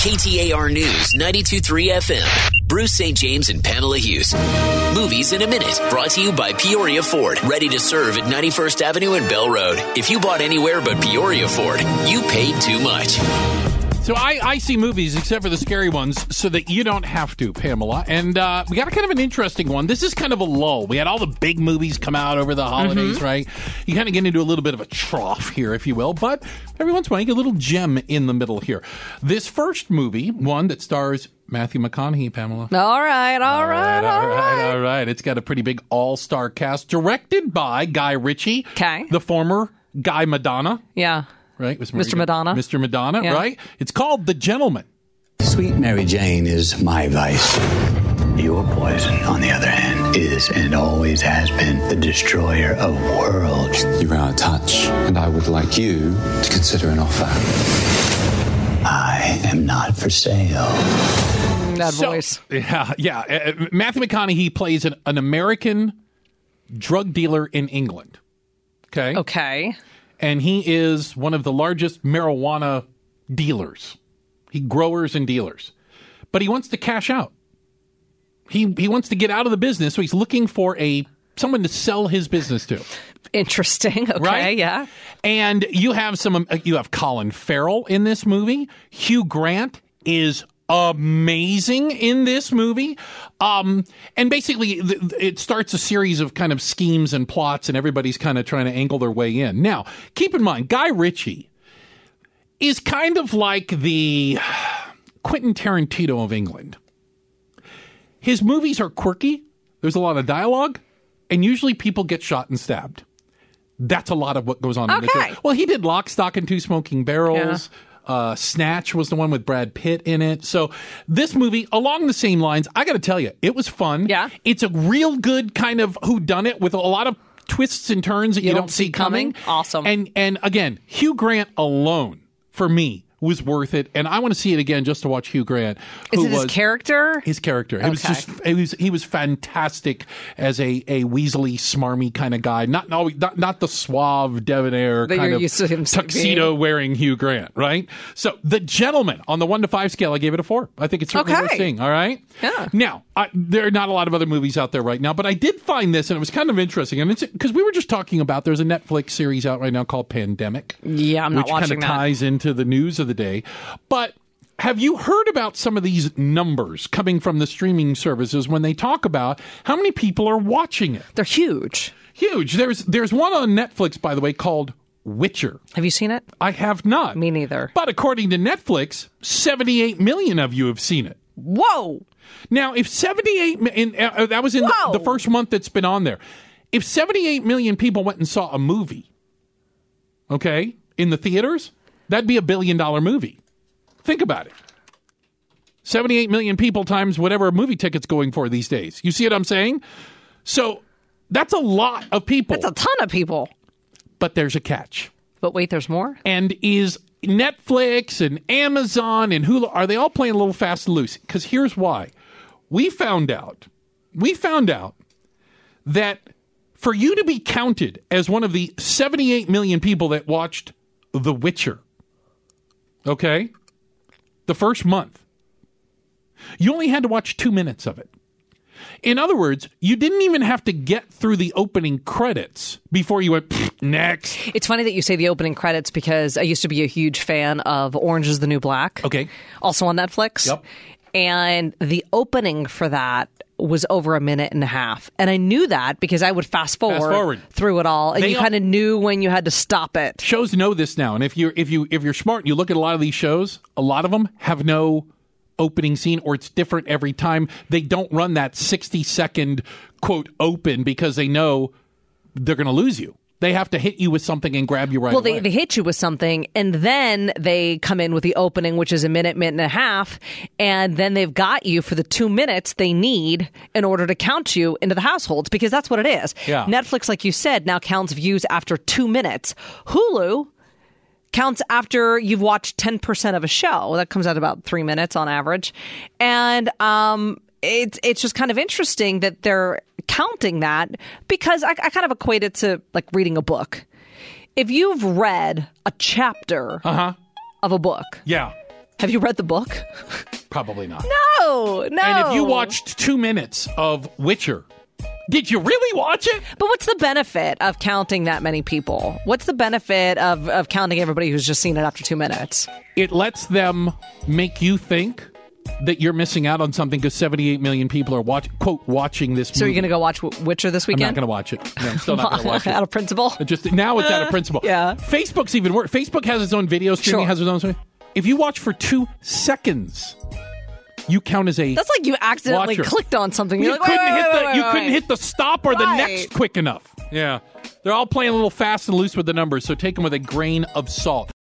KTAR News 923 FM. Bruce St. James and Pamela Hughes. Movies in a Minute, brought to you by Peoria Ford. Ready to serve at 91st Avenue and Bell Road. If you bought anywhere but Peoria Ford, you paid too much. So I, I see movies, except for the scary ones, so that you don't have to, Pamela. And uh, we got a kind of an interesting one. This is kind of a lull. We had all the big movies come out over the holidays, Mm-hmm. right? You kind of get into a little bit of a trough here, if you will. But every once in a while, you get a little gem in the middle here. This first movie, one that stars Matthew McConaughey, Pamela. All right, all right, all right. all right. It's got a pretty big all-star cast, directed by Guy Ritchie, 'Kay. the former Guy Madonna, Yeah. right? Was Mr. Madonna. Mr. Madonna, Yeah. right? It's called The Gentleman. Sweet Mary Jane is my vice. Your poison, on the other hand, is and always has been the destroyer of worlds. You're out of touch, and I would like you to consider an offer. I am not for sale. That So- voice. Yeah, yeah. Uh, uh, Matthew McConaughey plays an, an American drug dealer in England. Okay? Oh. Okay. And he is one of the largest marijuana dealers, he growers and dealers. But he wants to cash out. He he wants to get out of the business, so he's looking for a someone to sell his business to. Interesting. Okay. Right? Yeah. And you have some. uh, You have Colin Farrell in this movie. Hugh Grant is amazing in this movie. Um, and basically, th- th- it starts a series of kind of schemes and plots, and everybody's kind of trying to angle their way in. Now, keep in mind, Guy Ritchie is kind of like the Quentin Tarantino of England. His movies are quirky. There's a lot of dialogue, and usually people get shot and stabbed. That's a lot of what goes on in this. Okay. movie. Well, he did Lock, Stock, and Two Smoking Barrels. Uh, Snatch was the one with Brad Pitt in it. So this movie, along the same lines, I got to tell you, it was fun. Yeah. it's a real good kind of who done it with a lot of twists and turns that you, don't don't see see coming. Awesome. And and again, Hugh Grant alone for me was worth it, and I want to see it again just to watch Hugh Grant. Is who it his was- character? his character. It was Okay. just it was he was fantastic as a a Weasley smarmy kind of guy. Not always not, not the suave debonair That kind you're of used to him being. tuxedo wearing Hugh Grant, right? So the gentleman on the one to five scale, I gave it a four. I think it's certainly Okay. worth seeing. All right. Yeah. Now I, there are not a lot of other movies out there right now, but I did find this and it was kind of interesting. And it's because we were just talking about there's a Netflix series out right now called Pandemic yeah, Mm, I'm not which kind watching of that. ties into the news of the day. But have you heard about some of these numbers coming from the streaming services when they talk about how many people are watching it? They're huge. Huge. There's there's one on Netflix, by the way, called Witcher. Have you seen it? I have not. Me neither. But according to Netflix, 78 million of you have seen it. Whoa. Now, if 78 mi- and uh, that was in the, Whoa. the first month that's been on there. If 78 million people went and saw a movie, okay, in the theaters, that'd be a billion dollar movie. Think about it. 78 million people times whatever a movie ticket's going for these days. You see what I'm saying? So, that's a lot of people. It's a ton of people. but there's a catch. But wait, there's more? And is Netflix and Amazon and Hulu are they all playing a little fast and loose? Because here's why: we found out, we found out that for you to be counted as one of the 78 million people that watched The Witcher, okay, the first month, you only had to watch two minutes of it. In other words, you didn't even have to get through the opening credits before you went "Pfft, next. It's funny that you say the opening credits because I used to be a huge fan of Orange is the New Black. Okay. Also on Netflix. Oh. Yep. And the opening for that was over a minute and a half. And I knew that because I would fast forward, forward. through it all. And They you all- kind of knew when you had to stop it. shows know this now and if you're if you if you're smart and you look at a lot of these shows a lot of them have no opening scene or it's different every time they don't run that 60 second quote open because they know they're going to lose you they have to hit you with something and grab you right Well, they, away. they hit you with something, and then they come in with the opening, which is a minute, minute and a half, and then they've got you for the two minutes they need in order to count you into the households because that's what it is. Yeah. Netflix, like you said, now counts views after two minutes. Hulu counts after you've watched 10% of a show. That comes out about three minutes on average. And, um, it's it's just kind of interesting that they're counting that because I, I kind of equate it to like reading a book Uh-huh. if you've read a chapter of a book, yeah Have you read the book? Probably not. No, no. And if you watched two minutes of Witcher, did you really watch it? But what's the benefit of counting that many people? What's the benefit of, of counting everybody who's just seen it after two minutes? It lets them make you think that you're missing out on something because 78 million people are watch quote watching this. So movie. you're going to go watch W- Witcher this I'm weekend? not going to watch it. No, I'm still not going to watch it. Out of principle? It just now it's out of principle. Yeah. Facebook's even worse. Facebook has its own video streaming, Sure. has its own. streaming. If you watch for two seconds, you count as a. That's like you accidentally Watcher. clicked on something. you You're like, couldn't wait, hit wait, the wait, you wait, couldn't wait. hit the stop or the Right. next quick enough. Yeah, they're all playing a little fast and loose with the numbers, so take them with a grain of salt.